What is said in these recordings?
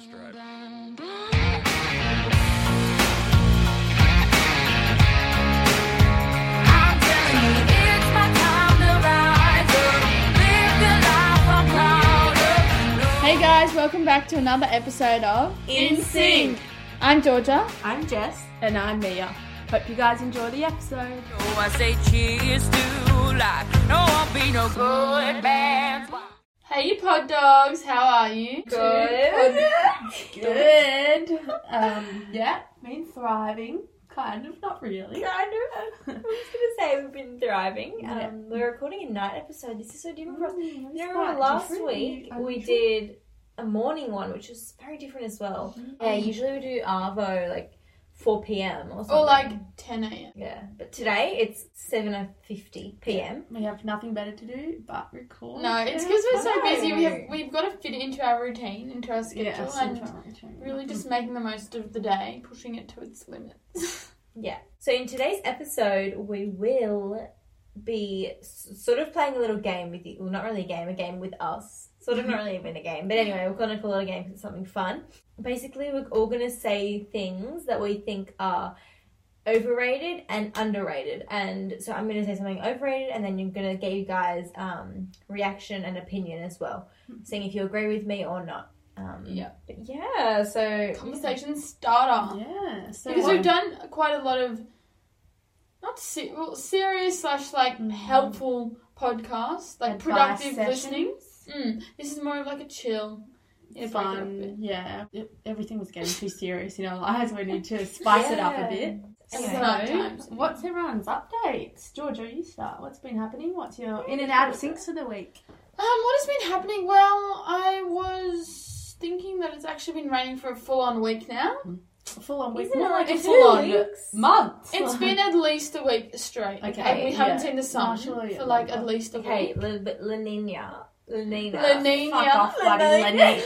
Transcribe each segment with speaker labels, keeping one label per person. Speaker 1: stripe.
Speaker 2: Hey guys, welcome back to another episode of
Speaker 3: In Sync.
Speaker 2: I'm Georgia.
Speaker 3: I'm Jess.
Speaker 2: And I'm Mia. Hope you guys enjoy the episode.
Speaker 4: Oh, I say cheers to life. No, I'll be no good man.
Speaker 2: Hey you pod dogs, how are you?
Speaker 3: Good. Um, yeah, been thriving. Kind of, not really.
Speaker 5: Kind of. I was gonna say we've been thriving. Um,
Speaker 3: Yeah.
Speaker 5: We're recording a night episode. This is so different from.
Speaker 3: Mm,
Speaker 5: You
Speaker 3: it's
Speaker 5: remember
Speaker 3: quite
Speaker 5: last
Speaker 3: different.
Speaker 5: week
Speaker 3: I'm
Speaker 5: we
Speaker 3: sure-
Speaker 5: did a morning one, which was very different as well.
Speaker 3: Mm-hmm.
Speaker 5: Yeah, usually we do Arvo like four p.m. or something.
Speaker 2: Or like 10 a.m.
Speaker 5: yeah, but today it's seven fifty p.m.
Speaker 3: we have nothing better to do but record.
Speaker 2: No, it's because we're so busy. We have
Speaker 5: No.
Speaker 2: we've got to fit it into our routine, into our schedule,
Speaker 3: yeah,
Speaker 2: and really just making the most of the day, pushing it to its limits.
Speaker 5: Yeah. So in today's episode, we will be s- sort of playing a little game with you. Well, not really a game, a game with us. Sort of not really even a game, but anyway, we're gonna call it a game because it's something fun. Basically, we're all gonna say things that we think are overrated and underrated. And so I'm gonna say something overrated, and then you're gonna get you guys um, reaction and opinion as well, seeing if you agree with me or not. Um,
Speaker 2: Hmm. Yeah.
Speaker 5: But yeah. So
Speaker 2: Conversation starter.
Speaker 3: Yeah, so
Speaker 2: Because
Speaker 3: what-
Speaker 2: we've done quite a lot of not se- well, serious slash like helpful podcasts, like
Speaker 3: Mm. Advice
Speaker 2: productive
Speaker 3: sessions.
Speaker 2: listening. Mm, this is more of like a chill. Yeah, break it up a bit.
Speaker 3: Fun, yeah. It- everything was getting too serious in our lives. We need to spice it up a
Speaker 5: Yeah.
Speaker 3: bit.
Speaker 2: It's
Speaker 5: Anyway.
Speaker 2: hard times.
Speaker 3: So, what's everyone's updates? Georgia, you start. What's been happening? What's your in and out of syncs for the week?
Speaker 2: Um, what has been happening? Well, I was thinking that it's actually been raining for a full on week now.
Speaker 3: Full on week,
Speaker 5: Isn't it
Speaker 3: more
Speaker 5: like
Speaker 3: like a
Speaker 5: two
Speaker 3: full on
Speaker 5: weeks?
Speaker 3: month.
Speaker 2: It's been at least a week straight.
Speaker 3: Okay,
Speaker 2: And we haven't
Speaker 3: yeah.
Speaker 2: seen the sun
Speaker 3: Naturally,
Speaker 2: for like at
Speaker 3: yeah.
Speaker 2: least a
Speaker 5: Okay,
Speaker 2: week.
Speaker 5: La, La Nina. La Nina.
Speaker 2: La Nina.
Speaker 3: Fuck off, bloody
Speaker 5: La
Speaker 3: Lena-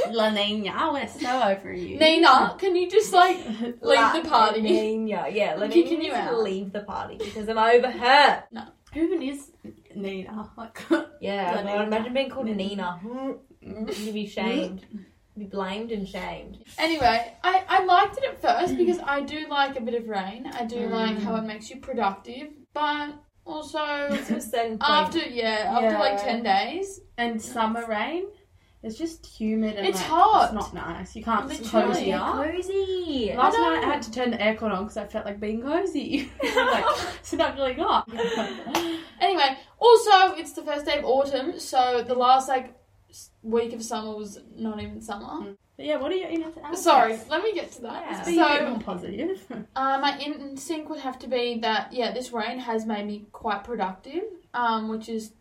Speaker 3: Lenina. We're so over you.
Speaker 2: Nina, can you just like
Speaker 5: La
Speaker 2: leave the party?
Speaker 5: Nina. Yeah, La
Speaker 2: I'm
Speaker 5: Nina
Speaker 2: kicking you
Speaker 5: needs to
Speaker 2: out.
Speaker 5: leave the party because I'm over her.
Speaker 3: Who even is Nina? Like,
Speaker 5: Yeah,
Speaker 3: La
Speaker 5: well,
Speaker 3: Nina.
Speaker 5: imagine being called Nina.
Speaker 3: Mm.
Speaker 5: You'd be shamed. You'd be blamed and shamed.
Speaker 2: Anyway, I, I liked it at
Speaker 5: Mm.
Speaker 2: first because I do like a bit of rain. I do like how it makes you productive, but also
Speaker 5: To a certain point.
Speaker 2: after yeah, after like
Speaker 3: Yeah.
Speaker 2: ten days,
Speaker 3: and summer rain. It's just humid and
Speaker 2: It's
Speaker 3: like,
Speaker 2: hot.
Speaker 3: It's not nice. You can't
Speaker 2: Literally.
Speaker 3: cozy up.
Speaker 5: cozy.
Speaker 2: I
Speaker 3: Last
Speaker 2: know.
Speaker 3: night I had to turn the aircon on because I felt like being cozy. like snuggling up.
Speaker 2: Anyway, also it's the first day of autumn, so the last like s- week of summer was not even summer.
Speaker 3: But yeah, what are your inner outlets?
Speaker 2: Sorry, let me get to that.
Speaker 5: Mm. Yeah.
Speaker 3: Be a bit
Speaker 2: So
Speaker 3: more positive.
Speaker 2: uh, my instinct would have to be that yeah, this rain has made me quite productive, um, which is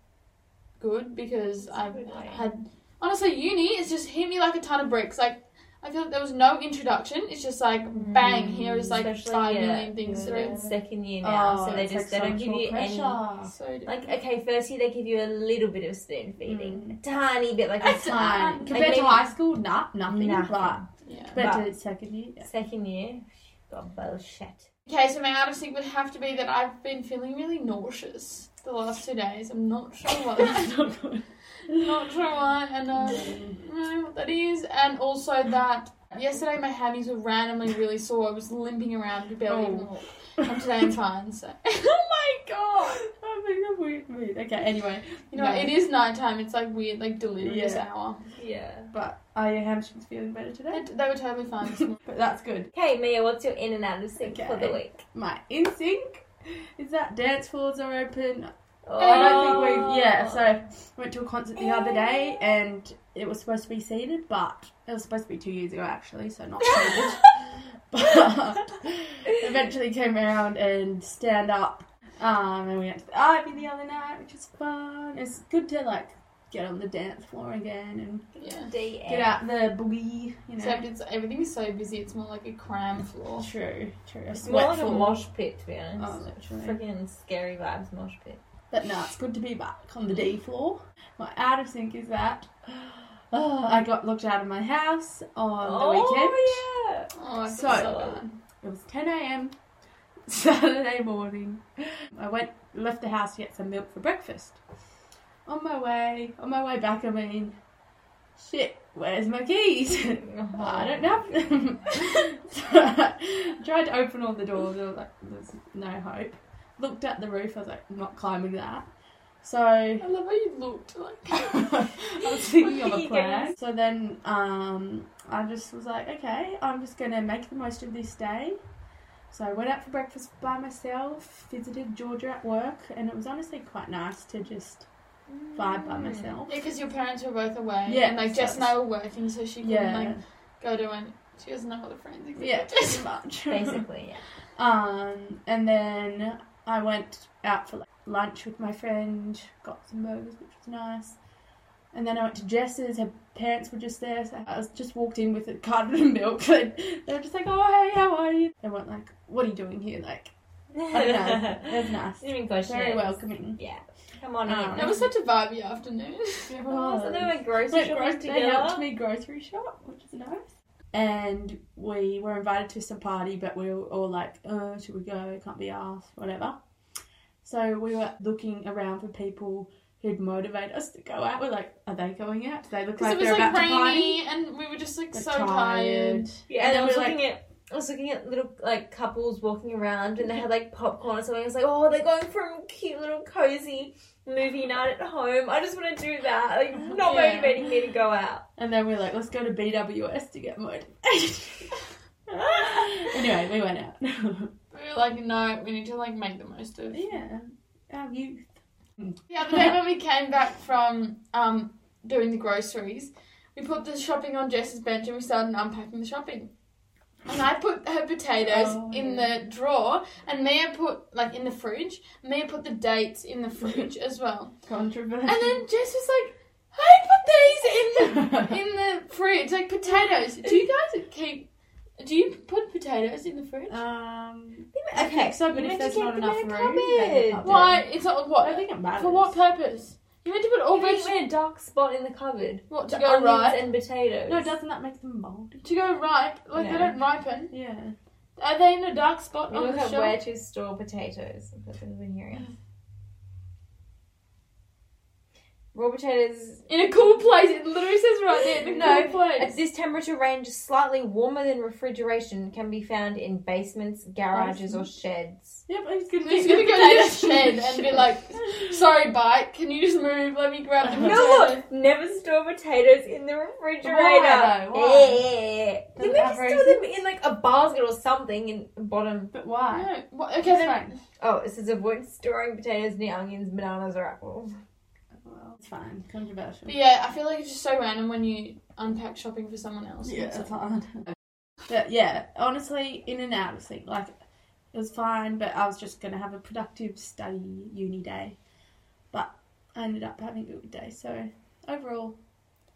Speaker 2: good because I've
Speaker 5: good rain.
Speaker 2: had honestly uni has just hit me like a ton of bricks. Like I feel like there was no introduction. It's just like bang, here is like
Speaker 5: Mm, Especially,
Speaker 2: five
Speaker 5: yeah,
Speaker 2: million things
Speaker 5: We're
Speaker 2: to
Speaker 5: in
Speaker 2: do.
Speaker 5: second year
Speaker 2: Oh,
Speaker 5: now, so they
Speaker 3: it's
Speaker 5: just
Speaker 3: like
Speaker 5: they don't give
Speaker 3: social
Speaker 5: you any.
Speaker 3: pressure.
Speaker 2: So
Speaker 5: Like okay, first year they give you a little bit of spoon feeding, a tiny bit, like a
Speaker 2: Mm. That's
Speaker 3: Fine.
Speaker 5: tiny.
Speaker 3: Compared
Speaker 5: like
Speaker 3: to
Speaker 5: maybe
Speaker 3: high school, nah, nothing.
Speaker 5: Nothing.
Speaker 3: But
Speaker 2: yeah.
Speaker 3: compared to second year, yeah.
Speaker 5: Second year, got bullshit.
Speaker 2: Okay, so my out of sync would have to be that I've been feeling really nauseous the last two days. I'm not sure why.
Speaker 3: it's not good.
Speaker 2: not sure why, and uh, I don't know what that is. And also that yesterday my hammies were randomly really sore. I was limping around, could
Speaker 3: Oh.
Speaker 2: barely even walk. And today I'm fine. So, oh my god!
Speaker 3: I'm in a weird mood. Okay, anyway.
Speaker 2: You know,
Speaker 3: No.
Speaker 2: it is nighttime. It's like weird, like delirious
Speaker 3: Yeah.
Speaker 2: hour.
Speaker 5: Yeah.
Speaker 3: But are your hamstrings feeling better
Speaker 2: They,
Speaker 3: today?
Speaker 2: they were totally fine. This morning.
Speaker 3: But that's good.
Speaker 5: Okay, Mia, what's your in and out of sync for the
Speaker 3: Okay.
Speaker 5: week?
Speaker 3: My instinct is that dance floors are open.
Speaker 5: Oh,
Speaker 3: I don't think we've. Yeah, so went to a concert the other day and it was supposed to be seated, but it was supposed to be two years ago actually, so not seated. but eventually came around and stand up. Um, and we went to the Ivy the other night, which was fun. It's good to like get on the dance floor again and
Speaker 2: Yeah.
Speaker 5: DM.
Speaker 3: get out the boogie, you know.
Speaker 2: Except it's everything is so busy. It's more like a cram floor.
Speaker 3: True, true.
Speaker 5: It's more like a
Speaker 3: floor.
Speaker 5: mosh pit, to be honest.
Speaker 3: Oh, literally.
Speaker 5: Freaking scary vibes, mosh pit.
Speaker 3: But no, it's good to be back on the D floor. My out of sync is that oh, I got locked out of my house on the
Speaker 5: Oh,
Speaker 3: weekend.
Speaker 5: yeah.
Speaker 2: Oh, I feel so,
Speaker 3: So-
Speaker 2: bad.
Speaker 3: It was 10 a.m. Saturday morning. I went left the house to get some milk for breakfast. On my way, on my way back, I mean, shit, where's my keys? I don't have them. so I tried to open all the doors. I was like, there's no hope. Looked at the roof. I was like, I'm not climbing that. So
Speaker 2: I love how you looked. Like,
Speaker 3: I was thinking of a
Speaker 5: You
Speaker 3: plan.
Speaker 5: guys.
Speaker 3: So then um, I just was like, okay, I'm just going to make the most of this day. So I went out for breakfast by myself, visited Georgia at work, and it was honestly quite nice to just vibe by myself.
Speaker 2: yeah, because your parents were both away.
Speaker 3: Yeah,
Speaker 2: and like
Speaker 3: so
Speaker 2: Jess and I were working, so she couldn't
Speaker 3: Yeah,
Speaker 2: like go to and she doesn't know all the friends. exist.
Speaker 3: yeah, pretty much.
Speaker 5: Basically, yeah.
Speaker 3: Um, and then I went out for like, lunch with my friend, got some burgers, which was nice. And then I went to Jess's. Her parents were just there, so I was just walked in with a carton of milk. And they were just like, "Oh, hey, how are you?" They weren't like, "What are you doing here?" Like, I don't know. It was nice,
Speaker 5: Didn't even question
Speaker 3: very
Speaker 5: it.
Speaker 3: welcoming.
Speaker 5: Yeah. Come on
Speaker 3: Um,
Speaker 5: in.
Speaker 2: That was such a vibey afternoon.
Speaker 3: It
Speaker 5: Oh, so they went grocery
Speaker 3: Went
Speaker 5: shopping
Speaker 3: gro- they
Speaker 5: together.
Speaker 3: helped me grocery shop, which is nice. And we were invited to some party, but we were all like, "Oh, should we go? Can't be asked, whatever." So we were looking around for people who'd motivate us to go out. We're like, "Are they going out? Do they look
Speaker 2: Because it
Speaker 3: like
Speaker 2: was
Speaker 3: they're
Speaker 2: like
Speaker 3: about to party?"
Speaker 2: rainy and we were just like so tired.
Speaker 5: Yeah, and,
Speaker 3: And then
Speaker 5: I was
Speaker 3: we're
Speaker 5: looking at I was looking at little like couples walking around and they had like popcorn or something. I was like, oh, they're going for a cute little cozy movie night at home. I just want to do that. Like,
Speaker 3: Oh,
Speaker 5: not
Speaker 2: Yeah.
Speaker 5: motivating me to go out.
Speaker 3: And then we're like, "Let's go to BWS to get motivated." anyway, we went out.
Speaker 2: We were like, no, we need to like make the most of. it.
Speaker 3: yeah, our youth.
Speaker 2: The other day when we came back from um doing the groceries, we put the shopping on Jess's bench and we started unpacking the shopping. And I put her potatoes
Speaker 3: Oh,
Speaker 2: in
Speaker 3: yeah.
Speaker 2: the drawer, and Mia put like in the fridge. Mia put the dates in the fridge as well.
Speaker 3: Controversial.
Speaker 2: And then Jess was like, "I put these in the in the fridge, like potatoes. Do you guys keep? Do you put potatoes in the fridge?
Speaker 5: Uh,
Speaker 3: um,
Speaker 5: Okay,
Speaker 3: so, but
Speaker 5: you
Speaker 3: if
Speaker 5: meant to
Speaker 3: there's
Speaker 5: keep
Speaker 3: not
Speaker 5: them
Speaker 3: enough
Speaker 5: in a
Speaker 3: room, then
Speaker 5: cupboard.
Speaker 3: they
Speaker 2: Why? It's not
Speaker 3: I
Speaker 2: what
Speaker 3: don't think it matters.
Speaker 2: for what purpose? You meant to put all
Speaker 5: You mean
Speaker 2: vegetables.
Speaker 5: in Oh, a dark spot in the cupboard.
Speaker 2: What to
Speaker 5: The
Speaker 2: go
Speaker 5: onions
Speaker 2: ripe?
Speaker 5: and potatoes.
Speaker 3: No, doesn't that make them mouldy?
Speaker 2: To go ripe, like they
Speaker 5: No.
Speaker 2: don't ripen.
Speaker 3: Yeah.
Speaker 2: Are they in a dark spot
Speaker 5: You
Speaker 2: on
Speaker 5: look
Speaker 2: the
Speaker 5: at
Speaker 2: shelf?
Speaker 5: where to store potatoes. I've got them in here. Raw potatoes
Speaker 2: In a cool place. It literally says right there. In a
Speaker 5: No,
Speaker 2: cool place.
Speaker 5: At this temperature range, slightly warmer than refrigeration, can be found in basements, garages, or sheds.
Speaker 3: Yeah, but he's gonna,
Speaker 2: He's gonna go to the shed and be like, "Sorry, bike. Can you just move? Let me grab the
Speaker 5: No,
Speaker 2: potato."
Speaker 5: look, never store potatoes in the refrigerator.
Speaker 3: Why though? Why?
Speaker 5: Yeah. You
Speaker 3: Doesn't
Speaker 5: maybe
Speaker 3: have
Speaker 5: store them in like a basket or something in the bottom.
Speaker 3: But why?
Speaker 2: No. What- Okay,
Speaker 3: It's
Speaker 2: then.
Speaker 3: fine.
Speaker 5: Oh, it says avoid storing potatoes near onions, bananas, or apples.
Speaker 3: Well, it's fine. Controversial.
Speaker 2: But yeah, I feel like it's just so random when you unpack shopping for someone else.
Speaker 3: Yeah, it's hard. But yeah, honestly, in and out of things. Like, it was fine, but I was just gonna have a productive study uni day. But I ended up having a good day, so overall,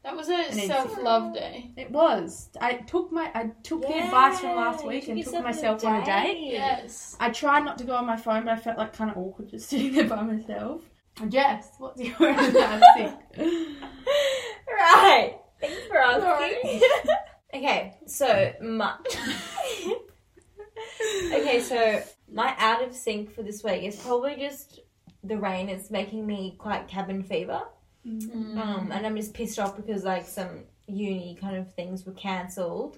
Speaker 2: That was a
Speaker 3: easy-
Speaker 2: self love day.
Speaker 3: it was. I took my I took the advice from last week and took myself on a date.
Speaker 2: Yes.
Speaker 3: I tried not to go on my phone, but I felt like kind of awkward just sitting there by myself. Jess, what's your embarrassing?
Speaker 5: Right. Thanks for asking. okay, so my Okay, so my out of sync for this week is probably just the rain. It's making me quite cabin fever. Um, and I'm just pissed off because like some uni kind of things were cancelled.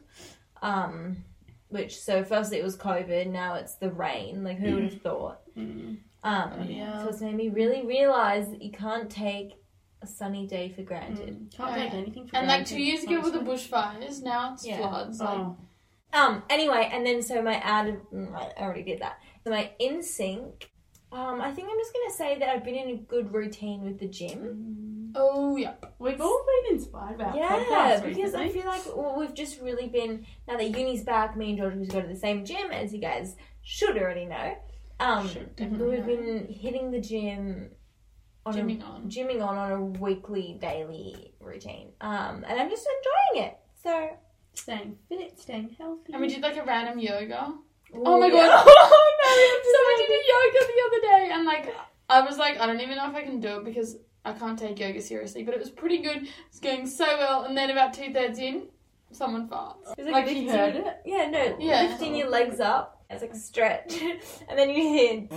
Speaker 5: Um, which so firstly it was COVID, now it's the rain. Like who would have thought? Um,
Speaker 3: Yeah.
Speaker 5: so it's made me really realise that you can't take a sunny day for granted.
Speaker 3: Can't take anything for
Speaker 2: And like two
Speaker 3: granted,
Speaker 2: years ago with the
Speaker 3: honestly.
Speaker 2: bushfires, now it's
Speaker 5: Yeah.
Speaker 2: floods. Like,
Speaker 3: Oh,
Speaker 2: Mm.
Speaker 5: Um. Anyway, and then so my ad. mm, I already did that. So my in sync. Um. I think I'm just gonna say that I've been in a good routine with the gym.
Speaker 2: oh yeah.
Speaker 3: we've all been inspired by our
Speaker 5: Yeah,
Speaker 3: podcasts
Speaker 5: because I
Speaker 3: recently.
Speaker 5: feel like well, we've just really been now that uni's back. Me and George we go to the same gym, as you guys should already know. Um.
Speaker 2: Should
Speaker 5: but
Speaker 2: definitely
Speaker 5: we've been hitting the gym. On
Speaker 2: Gymming
Speaker 5: a,
Speaker 2: on.
Speaker 5: Gymming on on a weekly, daily routine. Um. And I'm just enjoying it. So.
Speaker 3: staying fit, staying healthy.
Speaker 2: And we did like a random yoga.
Speaker 5: Ooh,
Speaker 2: Oh my god.
Speaker 5: yeah.
Speaker 2: so we did a yoga the other day and like I was like, I don't even know if I can do it because I can't take yoga seriously, but it was pretty good. It's going so well and then about two thirds in, someone farts.
Speaker 5: It's
Speaker 3: like
Speaker 5: lifting-
Speaker 3: you heard it.
Speaker 5: Yeah, no,
Speaker 2: Yeah.
Speaker 5: lifting your legs up. It's like stretch, and then you hear.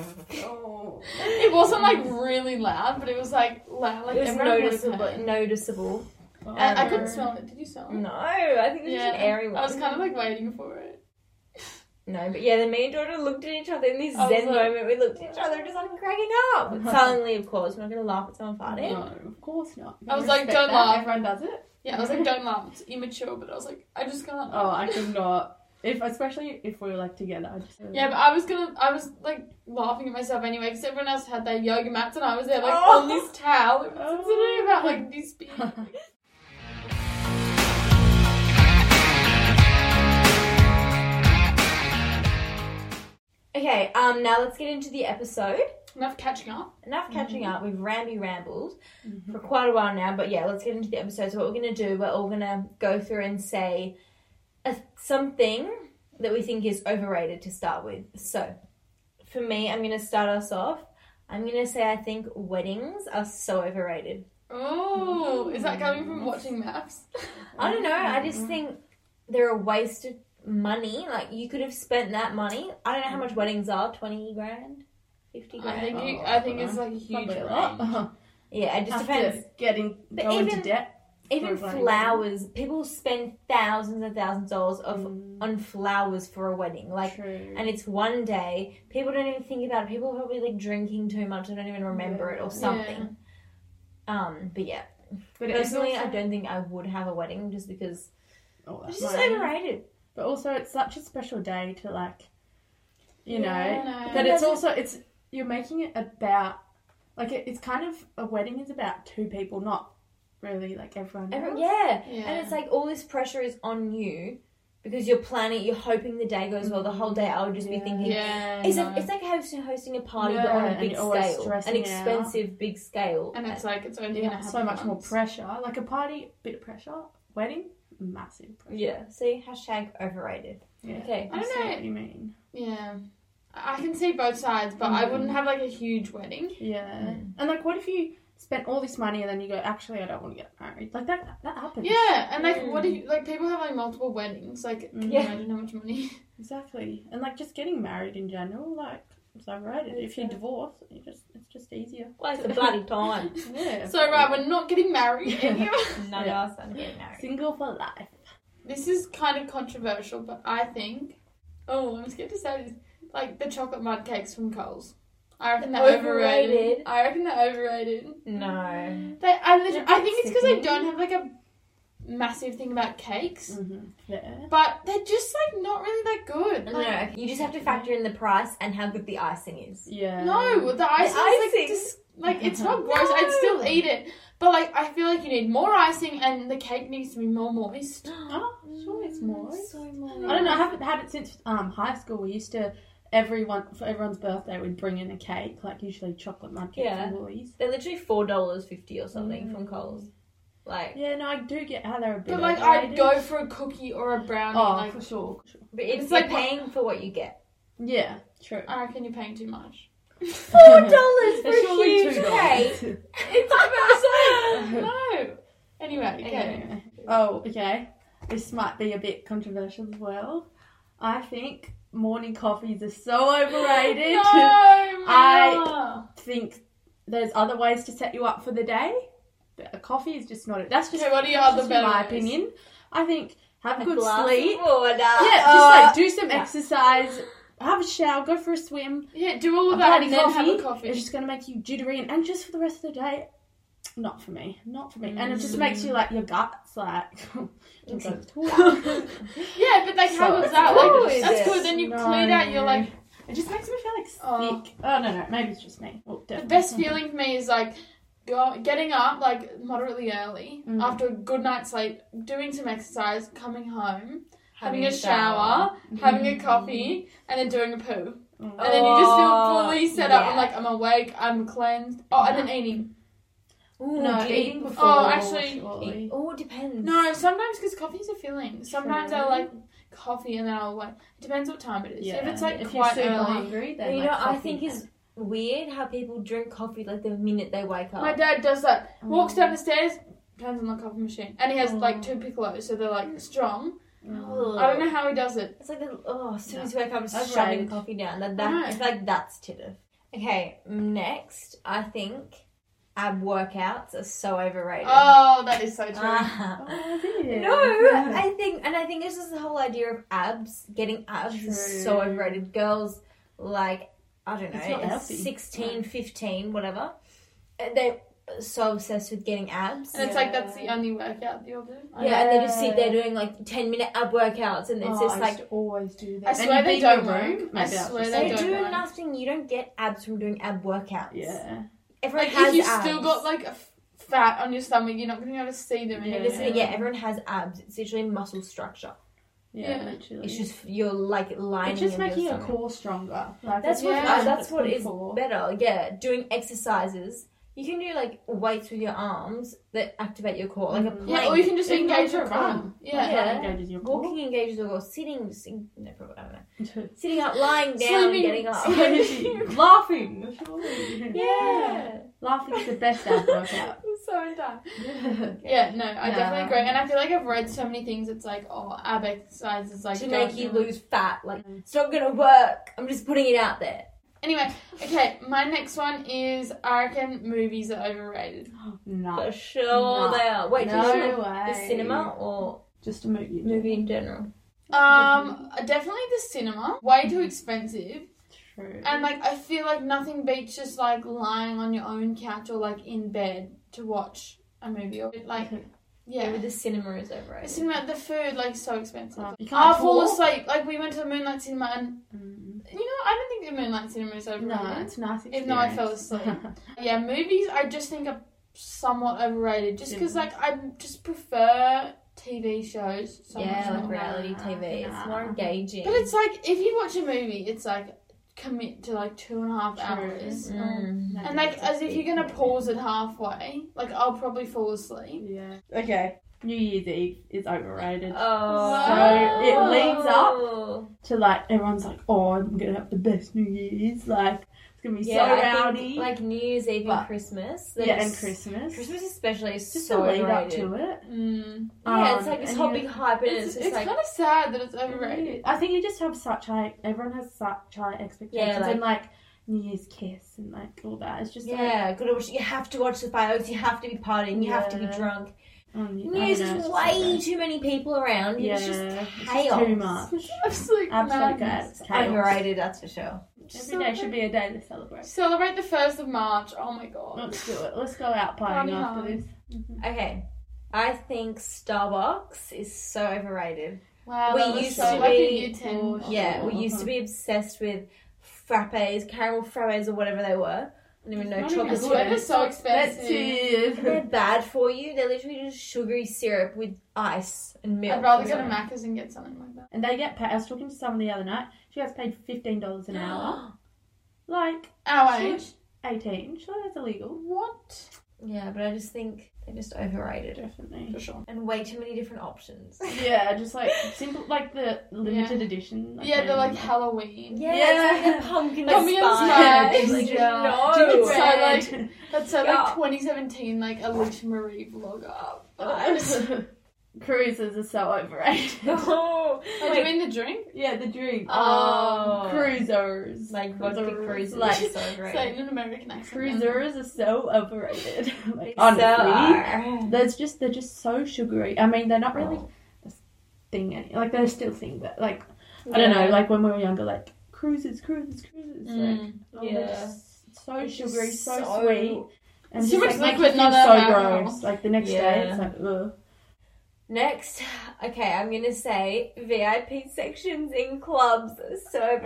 Speaker 3: Oh,
Speaker 2: It wasn't like really loud, but it was like loud like
Speaker 5: It was
Speaker 2: everyone would have
Speaker 5: noticeable.
Speaker 2: heard.
Speaker 5: Noticeable.
Speaker 2: And I couldn't smell it. Did you smell it?
Speaker 5: No, I think this is an airy one.
Speaker 2: Oh. I was kind of like waiting for it.
Speaker 5: No, but yeah, then me and Jordan looked at each other in this
Speaker 2: I was
Speaker 5: zen
Speaker 2: like- Uh-huh.
Speaker 5: moment. We looked at each other, just like cracking up. But Sullenly, of course, we're not gonna laugh at someone farting.
Speaker 3: No, of course not.
Speaker 2: I was like,
Speaker 3: Respect
Speaker 2: don't
Speaker 3: that.
Speaker 2: laugh.
Speaker 3: Everyone does it.
Speaker 2: Yeah, I was like, don't laugh. It's immature, but I was like, I just can't.
Speaker 3: Oh, I could not. If especially if we were like together, I just
Speaker 2: Yeah, but I was gonna, I was like laughing at myself anyway because everyone else had their yoga mats and I was there like
Speaker 5: Oh.
Speaker 2: on this towel. It was literally
Speaker 3: Oh.
Speaker 2: about like this big.
Speaker 5: Okay, um, now let's get into the episode.
Speaker 2: Enough catching up.
Speaker 5: Enough catching
Speaker 2: Mm-hmm.
Speaker 5: up. We've ramby rambled for quite a while now, but yeah, let's get into the episode. So what we're gonna do? We're all gonna go through and say a, something that we think is overrated to start with. So for me, I'm gonna start us off. I'm gonna say I think weddings are so overrated.
Speaker 2: Oh, is that coming from watching maps?
Speaker 5: I don't know. I
Speaker 2: Mm-hmm.
Speaker 5: just think they're a waste of money. Like you could have spent that money. I don't know how much weddings are. Twenty grand, fifty
Speaker 2: Mm-hmm. I
Speaker 5: grand.
Speaker 2: think you, I think it's like a huge
Speaker 3: Oh, uh-huh. Probably
Speaker 2: range.
Speaker 3: not.
Speaker 5: Yeah, it just depends.
Speaker 3: After getting
Speaker 5: But
Speaker 3: going
Speaker 5: even-
Speaker 3: to debt.
Speaker 5: Even
Speaker 3: for a wedding.
Speaker 5: flowers. People spend thousands and thousands of dollars of
Speaker 3: Mm.
Speaker 5: on flowers for a wedding. Like.
Speaker 3: True.
Speaker 5: And it's one day. People don't even think about it. People are probably like drinking too much. They don't even remember it or something. Um, but yeah,
Speaker 3: but it is
Speaker 5: personally,
Speaker 3: also-
Speaker 5: I don't think I would have a wedding just because
Speaker 3: Oh, that's
Speaker 5: it's just
Speaker 3: mine.
Speaker 5: overrated.
Speaker 3: But also, it's such a special day to like, you
Speaker 2: Yeah,
Speaker 3: know,
Speaker 2: I know.
Speaker 3: that it's also it's you're making it about like it, it's kind of a wedding is about two people, not really like everyone.
Speaker 5: Every-
Speaker 3: else.
Speaker 5: yeah,
Speaker 2: yeah.
Speaker 5: And it's like all this pressure is on you because you're planning, you're hoping the day goes well. The whole day I would just be
Speaker 3: Yeah.
Speaker 5: thinking,
Speaker 2: yeah,
Speaker 5: it's,
Speaker 2: no.
Speaker 5: like, it's like hosting, hosting a party but
Speaker 3: Yeah,
Speaker 5: on a
Speaker 3: and
Speaker 5: big
Speaker 3: you're always
Speaker 5: scale, an
Speaker 3: stressing
Speaker 5: expensive big scale.
Speaker 2: and it's like it's only
Speaker 3: Yeah,
Speaker 2: gonna happen
Speaker 3: so much more
Speaker 2: once.
Speaker 3: pressure. Like a party, bit of pressure. Wedding, massive pressure.
Speaker 5: yeah, see, hashtag overrated.
Speaker 3: Yeah.
Speaker 5: Okay.
Speaker 2: I don't
Speaker 3: see
Speaker 2: know.
Speaker 3: what you mean.
Speaker 2: Yeah, I I can see both sides, but I
Speaker 3: Mm.
Speaker 2: wouldn't have like a huge wedding.
Speaker 3: Yeah. And like, what if you spent all this money and then you go, actually, I don't want to get married? Like that, that happens.
Speaker 2: Yeah, and like, what do
Speaker 5: Mm.
Speaker 2: you like? People have like multiple weddings. Like, can you
Speaker 5: Yeah.
Speaker 2: imagine how much money?
Speaker 3: Exactly. And like, just getting married in general, like, it's overrated. If you
Speaker 5: Exactly.
Speaker 3: divorce, you just it's just easier.
Speaker 5: Why is the bloody time?
Speaker 3: Yeah.
Speaker 2: So right, we're not getting married.
Speaker 5: None
Speaker 3: Yeah.
Speaker 5: of us are getting married.
Speaker 3: single for life.
Speaker 2: this is kind of controversial, but I think. Oh, I'm scared to say this. Like the chocolate mud cakes from Coles. I reckon they're overrated.
Speaker 5: Overrated.
Speaker 2: I reckon they're overrated.
Speaker 5: No.
Speaker 2: They, I, literally,
Speaker 3: They're
Speaker 2: I think it's because I
Speaker 3: sickening.
Speaker 2: don't have like a massive thing about cakes,
Speaker 3: Mm-hmm. Yeah.
Speaker 2: but they're just like not really that good.
Speaker 5: No,
Speaker 2: Like,
Speaker 5: you just have to factor in the price and how good the icing is.
Speaker 3: Yeah.
Speaker 2: No, the icing is
Speaker 5: icing.
Speaker 2: like, dis- like it's
Speaker 3: Uh-huh.
Speaker 2: not gross. I'd still
Speaker 5: No.
Speaker 2: eat it, but like I feel like you need more icing and the cake needs to be more moist.
Speaker 3: Oh, sure, it's more.
Speaker 5: Mm, So much.
Speaker 3: I don't know. I haven't had it since um, high school. We used to everyone for everyone's birthday we'd bring in a cake, like usually chocolate mud cake
Speaker 5: Yeah.
Speaker 3: from Woolies.
Speaker 5: They're literally four dollars fifty or something from Coles. Like,
Speaker 3: Yeah, no, I do get how they're a bit.
Speaker 2: But like I'd
Speaker 3: overrated.
Speaker 2: go for a cookie or a brownie.
Speaker 3: Oh,
Speaker 2: like
Speaker 3: for sure. for sure.
Speaker 5: but it's,
Speaker 2: It's
Speaker 5: like
Speaker 2: like-
Speaker 5: paying for what you get.
Speaker 3: Yeah, true.
Speaker 2: I reckon you're paying too much.
Speaker 5: Four dollars for
Speaker 3: They're
Speaker 5: a
Speaker 3: surely
Speaker 5: huge
Speaker 3: two
Speaker 5: cake.
Speaker 3: dollars.
Speaker 5: It's about
Speaker 2: no. Anyway, okay.
Speaker 3: Okay. Oh, okay. This might be a bit controversial as well. I think morning coffees are so overrated.
Speaker 2: No,
Speaker 3: I-
Speaker 2: I
Speaker 3: think there's other ways to set you up for the day, but a coffee is just not it. That's just
Speaker 2: Okay, what are your
Speaker 3: that's
Speaker 2: other
Speaker 3: just in my
Speaker 2: better ways?
Speaker 3: opinion. I think have
Speaker 5: a
Speaker 3: good
Speaker 5: glass of
Speaker 3: sleep.
Speaker 5: water.
Speaker 2: Uh,
Speaker 3: Yeah, just like do some
Speaker 5: yeah.
Speaker 3: exercise, have a shower, go for a swim.
Speaker 2: yeah do all
Speaker 3: A
Speaker 2: of that
Speaker 3: bloody
Speaker 2: and then
Speaker 3: coffee,
Speaker 2: have a coffee.
Speaker 3: It's just gonna make you jittery and anxious for the rest of the day. Not for me. Not for me. And it just makes you like your guts like.
Speaker 2: yeah, but like how
Speaker 3: So-
Speaker 2: was that?
Speaker 5: That's
Speaker 2: Like
Speaker 5: cool, is
Speaker 2: that's
Speaker 5: it?
Speaker 2: good. Then you've
Speaker 3: No.
Speaker 2: cleared out. You're like
Speaker 3: It just makes me feel like sick.
Speaker 2: Oh.
Speaker 3: Oh, no, no, maybe it's just me. Well,
Speaker 2: The
Speaker 3: definitely.
Speaker 2: best feeling for me is like go, getting up like moderately early
Speaker 3: Mhm.
Speaker 2: after a good night's sleep, doing some exercise, coming home, having,
Speaker 5: Having
Speaker 2: a
Speaker 5: a
Speaker 2: shower, having
Speaker 3: Mm-hmm.
Speaker 2: a Uh, coffee, and then doing a poo.
Speaker 3: Mm.
Speaker 2: And then you just feel
Speaker 5: Oh,
Speaker 2: fully set up. I'm
Speaker 5: yeah.
Speaker 2: like, I'm awake, I'm cleansed. Oh, and then eating.
Speaker 5: Ooh,
Speaker 3: No,
Speaker 5: do you
Speaker 3: eating
Speaker 5: eat
Speaker 3: before.
Speaker 2: Oh, actually-
Speaker 3: surely.
Speaker 5: All depends.
Speaker 2: No, sometimes because coffee's a feeling. Sometimes I
Speaker 3: True.
Speaker 2: like coffee and then I'll like, it depends what time it is. If it's like
Speaker 3: if
Speaker 2: quite
Speaker 3: you're super
Speaker 2: early.
Speaker 3: hungry,
Speaker 5: But
Speaker 3: then
Speaker 5: you
Speaker 3: like,
Speaker 5: know, I
Speaker 3: coffee
Speaker 5: think
Speaker 3: can-
Speaker 5: is weird how people drink coffee like the minute they wake up.
Speaker 2: My dad does that. Walks
Speaker 3: Mm.
Speaker 2: down the stairs, turns on the coffee machine. And he has like
Speaker 3: Mm.
Speaker 2: two piccolos, so they're like strong.
Speaker 5: Ugh.
Speaker 2: I don't know how he does it.
Speaker 5: Mm. It's like the, oh, as soon
Speaker 3: No.
Speaker 5: as you wake up,
Speaker 3: That's
Speaker 5: just shoving
Speaker 3: right.
Speaker 5: coffee down. That,
Speaker 2: I know.
Speaker 5: that it's like that's titter. Okay, next I think ab workouts are so overrated.
Speaker 2: Oh, that is so true.
Speaker 5: Ah.
Speaker 3: Oh, dear.
Speaker 5: No,
Speaker 3: Yeah.
Speaker 5: I think, and I think it's just the whole idea of abs. Getting abs is so
Speaker 3: True.
Speaker 5: overrated. Girls, like, I don't know,
Speaker 3: It's not
Speaker 5: it's
Speaker 3: healthy.
Speaker 5: 16, 15, whatever. and They're so obsessed with getting abs.
Speaker 2: and it's like that's the only workout you'll do. I
Speaker 5: Yeah, and they just sit there doing like 10 minute ab workouts, and it's
Speaker 3: Oh,
Speaker 5: just
Speaker 3: I
Speaker 5: like,
Speaker 3: used to always do that.
Speaker 2: I
Speaker 3: And
Speaker 2: swear
Speaker 3: you
Speaker 2: they
Speaker 3: beat your
Speaker 2: don't
Speaker 3: room.
Speaker 2: work. I
Speaker 3: Maybe that's
Speaker 2: swear
Speaker 3: just
Speaker 2: they
Speaker 5: they
Speaker 3: it.
Speaker 2: don't
Speaker 5: do
Speaker 2: work.
Speaker 5: nothing. You don't get abs from doing ab workouts.
Speaker 3: Yeah.
Speaker 5: Everyone
Speaker 2: Like if
Speaker 5: has
Speaker 2: you
Speaker 5: abs.
Speaker 2: still got like a f- fat on your stomach, you're not gonna be able to see them.
Speaker 5: It
Speaker 3: Yeah.
Speaker 2: anymore.
Speaker 5: isn't- yeah, everyone has abs. It's literally muscle structure.
Speaker 3: Yeah,
Speaker 2: Yeah.
Speaker 3: literally.
Speaker 5: It's just you're like lining.
Speaker 3: It's just
Speaker 5: of
Speaker 3: making your
Speaker 5: stomach.
Speaker 3: core stronger. Like,
Speaker 5: That's
Speaker 3: it's
Speaker 5: what
Speaker 2: Yeah,
Speaker 5: uh,
Speaker 3: nice,
Speaker 5: that's
Speaker 3: it's
Speaker 5: what
Speaker 3: good
Speaker 5: is
Speaker 3: for-
Speaker 5: better. Yeah, doing exercises. You can do like weights with your arms that activate your core, like a
Speaker 3: Mhm.
Speaker 5: plank.
Speaker 2: Yeah, or you can just
Speaker 3: It
Speaker 2: engage
Speaker 3: engages
Speaker 2: your
Speaker 3: your
Speaker 2: run.
Speaker 3: run.
Speaker 2: Yeah.
Speaker 5: Yeah.
Speaker 3: That engages your core.
Speaker 5: walking engages your core. Sitting, sing, no, probably, I don't know. Sitting up, lying down,
Speaker 2: Swimming.
Speaker 5: getting up.
Speaker 3: Energy. Laughing. surely.
Speaker 5: yeah.
Speaker 3: Laughing's the best ab workout.
Speaker 2: I'm so done. Yeah, no, I
Speaker 3: Yeah.
Speaker 2: definitely agree. And I feel like I've read so many things. It's like, oh, ab exercise is like
Speaker 5: to
Speaker 2: don't
Speaker 5: make you
Speaker 2: do it.
Speaker 5: lose fat. Like it's not gonna work. I'm just putting it out there.
Speaker 2: Anyway, okay, my next one is I reckon movies are overrated.
Speaker 3: oh, no.
Speaker 5: For sure,
Speaker 3: No.
Speaker 5: they are. Wait,
Speaker 3: no
Speaker 5: do you know
Speaker 3: way.
Speaker 5: the cinema or
Speaker 3: Just a movie.
Speaker 5: movie in general?
Speaker 2: Um, definitely the cinema. Way too expensive.
Speaker 3: True.
Speaker 2: And like, I feel like nothing beats just like lying on your own couch or like in bed to watch a movie. Or like, yeah.
Speaker 5: Maybe the cinema is overrated.
Speaker 2: The cinema, the food like so expensive.
Speaker 3: You can't
Speaker 2: I fall
Speaker 3: talk.
Speaker 2: asleep. Like we went to the Moonlight Cinema, and
Speaker 3: Mm.
Speaker 2: you know I don't think the Moonlight Cinema is
Speaker 5: Mm.
Speaker 2: overrated.
Speaker 3: No, it's a nice.
Speaker 2: Even though I fell
Speaker 3: experience.
Speaker 2: Yeah, movies I just think are somewhat overrated. Just because,
Speaker 3: Yeah.
Speaker 2: like, I just prefer TV shows. So
Speaker 5: yeah,
Speaker 2: much
Speaker 5: like
Speaker 2: more.
Speaker 5: reality TV. It's more
Speaker 3: Nah.
Speaker 5: engaging.
Speaker 2: But it's like if you watch a movie, it's like commit to like two and a half
Speaker 3: True.
Speaker 2: hours,
Speaker 5: Mm.
Speaker 2: and like as if you're gonna pause it halfway. Like I'll probably fall asleep.
Speaker 3: Yeah. Okay. New Year's Eve is overrated.
Speaker 5: Oh,
Speaker 2: So it
Speaker 3: leads to like everyone's like, oh, I'm gonna have the best New Year's. Like it's gonna be
Speaker 5: Yeah,
Speaker 3: so
Speaker 5: I
Speaker 3: rowdy.
Speaker 5: think, like New Year's Eve
Speaker 3: But-
Speaker 5: and Christmas.
Speaker 3: yeah,
Speaker 5: there's-
Speaker 3: and Christmas.
Speaker 5: Christmas especially is
Speaker 3: Just
Speaker 5: so
Speaker 3: to lead up
Speaker 5: overrated.
Speaker 3: to it.
Speaker 2: Mm.
Speaker 5: yeah,
Speaker 3: Um,
Speaker 5: it's like this
Speaker 3: and
Speaker 5: whole
Speaker 3: you-
Speaker 5: big hype, and
Speaker 2: It's,
Speaker 5: it's,
Speaker 2: it's,
Speaker 5: just like
Speaker 2: kind of sad that it's overrated.
Speaker 3: I think you just have such high. Everyone has such high expectations
Speaker 5: like-
Speaker 3: and like New Year's kiss and like all that. It's just like,
Speaker 5: yeah, gotta watch. You have to watch the fireworks. You have to be partying. You have to be
Speaker 3: Yeah.
Speaker 5: drunk.
Speaker 3: um, I don't
Speaker 5: New Year's
Speaker 3: know,
Speaker 5: is
Speaker 3: it's just
Speaker 5: way
Speaker 3: like-
Speaker 5: too many people around.
Speaker 3: Yeah,
Speaker 5: It's just
Speaker 3: it's just
Speaker 5: chaos.
Speaker 3: too much.
Speaker 2: It's absolute
Speaker 3: Absolute
Speaker 2: madness.
Speaker 3: chaos.
Speaker 5: Overrated, that's for sure.
Speaker 3: Every day should be a day to celebrate.
Speaker 2: Celebrate the first of March. Oh my god.
Speaker 3: Let's do it. Let's go out
Speaker 2: Party
Speaker 3: partying after
Speaker 2: hard.
Speaker 3: this.
Speaker 5: Okay, I think Starbucks is so overrated.
Speaker 2: Wow,
Speaker 5: We
Speaker 2: that was
Speaker 5: used
Speaker 2: so
Speaker 5: to
Speaker 2: like
Speaker 5: be-
Speaker 2: a year ten.
Speaker 3: Oh,
Speaker 5: Yeah, we
Speaker 3: Sure.
Speaker 5: used to be obsessed with frappes, caramel frappes, or whatever they were. I don't even know
Speaker 3: Not
Speaker 5: chocolate.
Speaker 2: I
Speaker 3: even
Speaker 5: syrup.
Speaker 3: good.
Speaker 2: swear they're so expensive.
Speaker 5: And They're
Speaker 3: Expensive.
Speaker 5: bad for you. They're literally just sugary syrup with ice and milk.
Speaker 2: I'd rather
Speaker 5: or
Speaker 2: go to
Speaker 5: something.
Speaker 2: Macca's and get something like that.
Speaker 3: And they get paid. I was talking to someone the other night. She gets paid fifteen dollars an hour. Like
Speaker 2: Our
Speaker 3: Sure.
Speaker 2: age.
Speaker 3: eighteen. Sure, that's illegal.
Speaker 2: What?
Speaker 5: Yeah, but I just think they're just overrated
Speaker 3: Definitely.
Speaker 2: For sure.
Speaker 5: and way too many different options.
Speaker 3: Yeah, just like simple, like the limited edition.
Speaker 2: Yeah, they're like
Speaker 3: maybe.
Speaker 2: Halloween.
Speaker 5: Yeah,
Speaker 3: Yeah.
Speaker 5: It's like a pumpkin
Speaker 2: Pumpkin
Speaker 5: spice.
Speaker 2: spice.
Speaker 5: Like,
Speaker 3: Yeah.
Speaker 5: No.
Speaker 2: It's so like that's so like
Speaker 5: Yeah.
Speaker 2: 2017, like Alicia Marie vlogger. vibes.
Speaker 3: Vibes. Cruises are so overrated.
Speaker 5: no.
Speaker 2: Oh, do you mean the drink?
Speaker 3: yeah, the drink. Um,
Speaker 5: Oh.
Speaker 3: cruisers.
Speaker 5: Like vodka
Speaker 3: Cruisers.
Speaker 5: cruises.
Speaker 3: Like,
Speaker 5: Like, so great.
Speaker 2: Say it in an American accent.
Speaker 3: cruisers are so overrated. like,
Speaker 5: They
Speaker 3: honestly,
Speaker 5: sell-
Speaker 3: there's just they're just so sugary. I mean, they're not really a
Speaker 5: Oh.
Speaker 3: thing. Any, like they're still thing, but like I don't know.
Speaker 5: Yeah.
Speaker 3: Like when we were younger, like cruises, cruises, cruises. Like,
Speaker 2: Mm.
Speaker 3: oh, they're
Speaker 5: Yeah.
Speaker 3: just so
Speaker 5: It's just
Speaker 3: sugary, so,
Speaker 5: so-
Speaker 3: sweet. And
Speaker 2: Too
Speaker 3: just,
Speaker 2: much
Speaker 3: like, make you
Speaker 2: liquid,
Speaker 3: feel
Speaker 2: not
Speaker 3: so
Speaker 2: alcohol.
Speaker 3: gross. Like the next day, it's like ugh.
Speaker 5: Next, okay, I'm gonna say VIP sections in clubs are so
Speaker 3: Oh,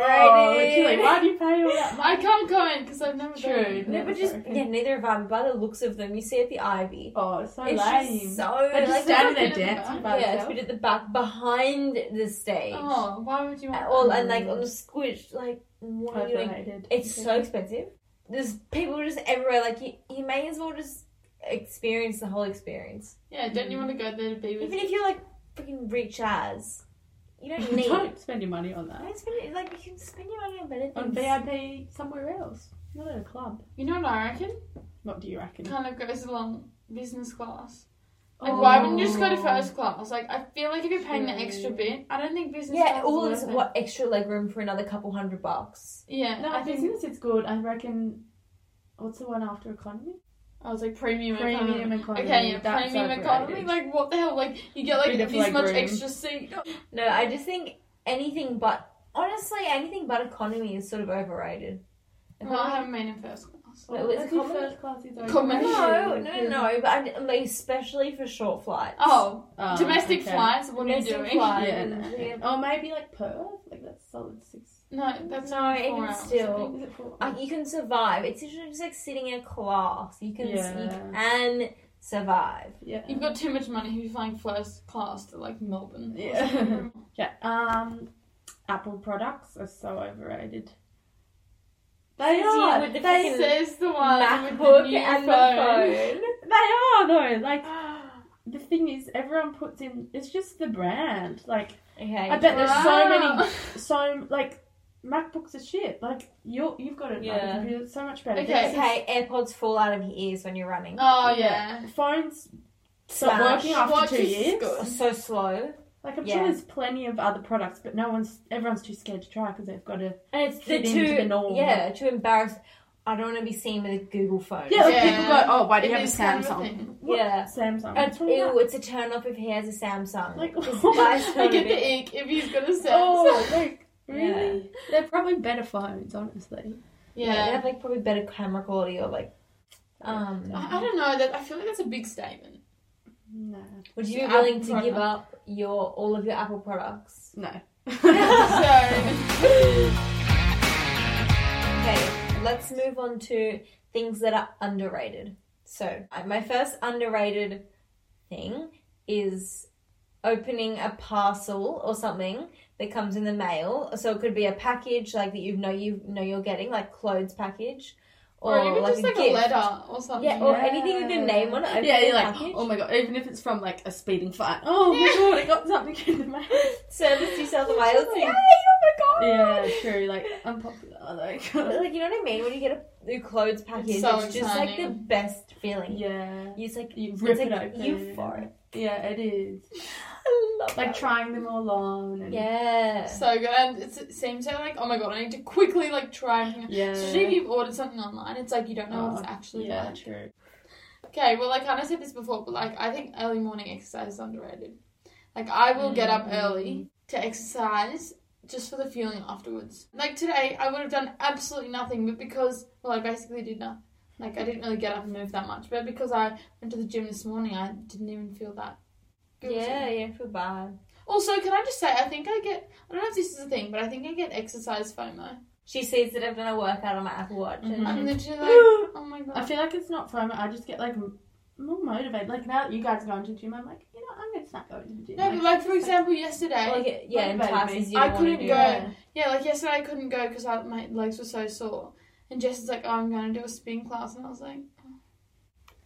Speaker 5: overrated.
Speaker 3: literally, why do you pay all that?
Speaker 2: I can't go in because I've never
Speaker 3: True.
Speaker 2: been.
Speaker 5: no, but just yeah, neither of them. By the looks of them, you see at the Ivy,
Speaker 3: Oh, it's so
Speaker 5: it's
Speaker 3: lame.
Speaker 5: just so
Speaker 3: They're
Speaker 5: like
Speaker 3: just
Speaker 2: stand-
Speaker 3: standing there
Speaker 2: they're
Speaker 3: dancing
Speaker 5: yeah,
Speaker 3: by
Speaker 5: it's
Speaker 3: themselves.
Speaker 5: put at the back behind the stage.
Speaker 2: Oh, why would you want
Speaker 5: at all
Speaker 2: that?
Speaker 5: and like
Speaker 3: mm.
Speaker 5: on the squished like why are you doing
Speaker 3: Overrated.
Speaker 5: it's so expensive there's people just everywhere like you, you may as well just experience the whole experience
Speaker 2: Yeah, don't you want to go there to be with?
Speaker 5: even if you're like freaking rich as you don't need
Speaker 3: Don't spend your money on that.
Speaker 5: Don't spend it, like you can spend your money on better
Speaker 3: On
Speaker 5: things
Speaker 3: VIP somewhere else, not at a club.
Speaker 2: You know what I reckon?
Speaker 3: What do you reckon?
Speaker 2: Kind of goes along business class. Like, why wouldn't you just go to
Speaker 5: Oh.
Speaker 2: first class? Like, I feel like if you're paying the
Speaker 3: True.
Speaker 2: extra bit, I don't think business
Speaker 5: yeah
Speaker 2: class
Speaker 5: all
Speaker 2: is
Speaker 5: this
Speaker 2: worth it.
Speaker 5: what extra leg room for another couple hundred bucks
Speaker 2: Yeah,
Speaker 3: No,
Speaker 2: I think
Speaker 3: business it's good. I reckon. What's the one after economy?
Speaker 2: I was like premium,
Speaker 3: Premium economy.
Speaker 2: Okay, yeah,
Speaker 3: That's
Speaker 2: premium economy.
Speaker 3: overrated.
Speaker 2: Like what the hell? Like you get like
Speaker 3: Bit of,
Speaker 2: this
Speaker 3: like,
Speaker 2: much
Speaker 3: room.
Speaker 2: extra seat.
Speaker 5: No, I just think anything but honestly anything but economy is sort of overrated.
Speaker 2: Well, I haven't made in first class.
Speaker 5: Wait, was
Speaker 3: I
Speaker 5: it
Speaker 3: think
Speaker 5: common?
Speaker 3: first class is
Speaker 2: Common.
Speaker 3: overrated.
Speaker 5: No, no, no. But I, like, especially for short flights.
Speaker 2: Oh,
Speaker 3: Um,
Speaker 2: domestic
Speaker 3: okay.
Speaker 2: flights. What
Speaker 5: Domestic
Speaker 2: are you doing?
Speaker 5: flights.
Speaker 3: Yeah,
Speaker 5: Um, yeah.
Speaker 3: no. Or maybe like Perth, like that's solid six.
Speaker 2: No, that's
Speaker 5: No,
Speaker 2: not
Speaker 5: even
Speaker 2: four hours.
Speaker 5: still.
Speaker 3: I think, is it four?
Speaker 5: Like, you can survive. It's usually just like sitting in a class. You can you
Speaker 3: Yeah.
Speaker 5: can survive.
Speaker 3: yeah.
Speaker 2: You've got too much money if you're flying first class to like Melbourne.
Speaker 3: Yeah. yeah. Um, Apple products are so overrated. They
Speaker 5: Says you
Speaker 3: are.
Speaker 5: with the
Speaker 3: they,
Speaker 5: fucking-
Speaker 2: Says the one with the
Speaker 5: MacBook
Speaker 2: new
Speaker 5: and
Speaker 2: phone.
Speaker 5: the phone.
Speaker 3: they are though. Like the thing is, everyone puts in. It's just the brand. Like
Speaker 5: Okay.
Speaker 3: I bet there's so
Speaker 2: Wow.
Speaker 3: many. So like. MacBooks are shit. Like you, are you've got a
Speaker 5: Yeah.
Speaker 3: yeah. computer that's so much better.
Speaker 2: Okay.
Speaker 3: This is-
Speaker 5: Okay, AirPods fall out of your ears when you're running.
Speaker 2: Oh yeah.
Speaker 3: Phones
Speaker 5: Smash.
Speaker 3: stop working after
Speaker 2: Watch
Speaker 3: two
Speaker 2: is
Speaker 3: years.
Speaker 2: good.
Speaker 5: so slow.
Speaker 3: Like I'm
Speaker 5: Yeah.
Speaker 3: sure there's plenty of other products, but no one's everyone's too scared to try because they've got to.
Speaker 5: And it's the
Speaker 3: Fit into
Speaker 5: too
Speaker 3: the norm.
Speaker 5: yeah too embarrassed. I don't want to be seen with a Google phone.
Speaker 3: Yeah, like
Speaker 2: Yeah.
Speaker 3: people go, oh, why do you
Speaker 2: It
Speaker 3: have a
Speaker 2: is kind of a
Speaker 3: Samsung?
Speaker 2: thing.
Speaker 3: What?
Speaker 5: Yeah.
Speaker 3: Samsung.
Speaker 5: It's,
Speaker 3: What's wrong with
Speaker 5: ew, it's a turn off if he has a Samsung.
Speaker 3: that? Like,
Speaker 5: His device
Speaker 2: I
Speaker 5: phone
Speaker 2: get
Speaker 5: is-
Speaker 2: the ick if he's got a Samsung.
Speaker 3: oh, like
Speaker 5: really?
Speaker 3: really? They're probably better phones, honestly.
Speaker 5: Yeah. They
Speaker 2: yeah.
Speaker 5: have like probably better camera quality or like. Um,
Speaker 2: I I don't know. That I feel like that's a big statement.
Speaker 3: No,
Speaker 5: would you be
Speaker 2: Apple
Speaker 5: willing to
Speaker 2: product.
Speaker 5: give up your all of your Apple products?
Speaker 3: no. Oh,
Speaker 2: So
Speaker 5: Okay, let's move on to things that are underrated. So, uh, my first underrated thing is opening a parcel or something that comes in the mail. So it could be a package like that you know you know you're getting, like clothes package,
Speaker 2: or, even just like a,
Speaker 5: gift.
Speaker 2: letter or something.
Speaker 5: Yeah, or anything with your name on it. opening
Speaker 3: yeah,
Speaker 5: a
Speaker 3: you're like,
Speaker 5: package.
Speaker 3: oh my god. Even if it's from like a speeding fight. Oh my god, I got something in the mail.
Speaker 5: service New South Wales.
Speaker 3: Like-
Speaker 5: Yay! Oh my god!
Speaker 3: Yeah, true. Like unpopular. Like
Speaker 5: But, Like you know what I mean? When you get a new clothes package, it's,
Speaker 2: so
Speaker 5: just like the
Speaker 2: exciting.
Speaker 5: best feeling.
Speaker 3: yeah,
Speaker 5: It's like
Speaker 3: you
Speaker 5: it's
Speaker 3: rip
Speaker 5: like
Speaker 3: it open.
Speaker 5: euphoric.
Speaker 3: Yeah, it is.
Speaker 5: I love
Speaker 3: Like
Speaker 5: that.
Speaker 3: trying them all on. And,
Speaker 5: Yeah.
Speaker 2: So good, and it's, it seems so like oh my god, I need to quickly like try. and-
Speaker 3: Yeah.
Speaker 2: Especially if you've ordered something online, it's like you don't know what it's
Speaker 3: Oh,
Speaker 2: actually
Speaker 3: yeah,
Speaker 2: like.
Speaker 3: true.
Speaker 2: Okay, well I kind of said this before, but like I think early morning exercise is underrated. Like I will get up early to exercise just for the feeling afterwards. Like today, I would have done absolutely nothing, but because well, I basically did nothing. Like I didn't really get up and move that much, but because I went to the gym this morning, I didn't even feel that. guilty.
Speaker 5: Yeah, yeah, feel bad.
Speaker 2: Also, can I just say, I think I get, I don't know if this is a thing, but I think I get exercise FOMO.
Speaker 5: She sees that I've done a workout on my Apple Watch, and
Speaker 3: Mm-hmm.
Speaker 2: I'm
Speaker 5: I'm
Speaker 2: literally like, oh my
Speaker 3: I
Speaker 2: god.
Speaker 3: feel like it's not FOMO. I just get like m- more motivated. Like now that you guys are going to the gym, I'm like, you know, I'm gonna start going to the gym.
Speaker 2: No, but like, for example, yesterday,
Speaker 5: like, it- yeah,
Speaker 3: Motivated
Speaker 5: entices
Speaker 3: me.
Speaker 5: you.
Speaker 2: I
Speaker 5: to wanna
Speaker 2: couldn't
Speaker 5: do
Speaker 2: go.
Speaker 5: it.
Speaker 2: yeah, like yesterday I couldn't go because my legs were so sore. And Jess is like, oh, I'm going to do a spin class. And I was like,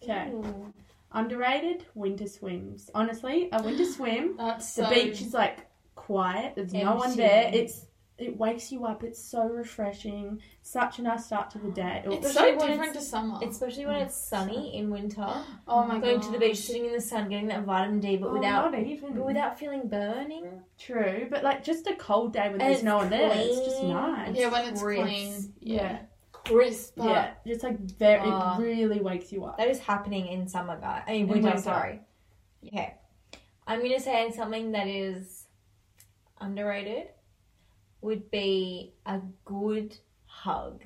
Speaker 3: Okay.
Speaker 5: Ooh.
Speaker 3: Underrated winter swims. Honestly, a winter swim.
Speaker 2: that's
Speaker 3: The
Speaker 2: so...
Speaker 3: beach is like quiet. There's no one
Speaker 5: Empty.
Speaker 3: there. It's it wakes you up. It's so refreshing. Such a nice start to the day. Or-
Speaker 2: It's
Speaker 5: Especially
Speaker 2: so
Speaker 5: when
Speaker 2: different
Speaker 5: it's-
Speaker 2: to summer.
Speaker 5: Especially when it's sunny in winter,
Speaker 2: oh my god.
Speaker 5: going to the beach, sitting in the sun, getting that vitamin D, but
Speaker 3: Oh,
Speaker 5: without,
Speaker 3: not even
Speaker 5: but without feeling burning.
Speaker 3: true, but like just a cold day when
Speaker 5: And
Speaker 3: there's
Speaker 5: it's
Speaker 3: no one there. It's just
Speaker 5: clean.
Speaker 3: nice.
Speaker 2: Yeah, when it's
Speaker 5: Crisp.
Speaker 2: clean.
Speaker 3: Yeah.
Speaker 2: Crisp. but-
Speaker 3: Yeah, just like very,
Speaker 5: Ah.
Speaker 3: it really wakes you up.
Speaker 5: That is happening in summer, guys. I mean,
Speaker 3: In
Speaker 5: winter.
Speaker 3: winter.
Speaker 5: Sorry. Okay, I'm gonna say something that is underrated would be a good hug.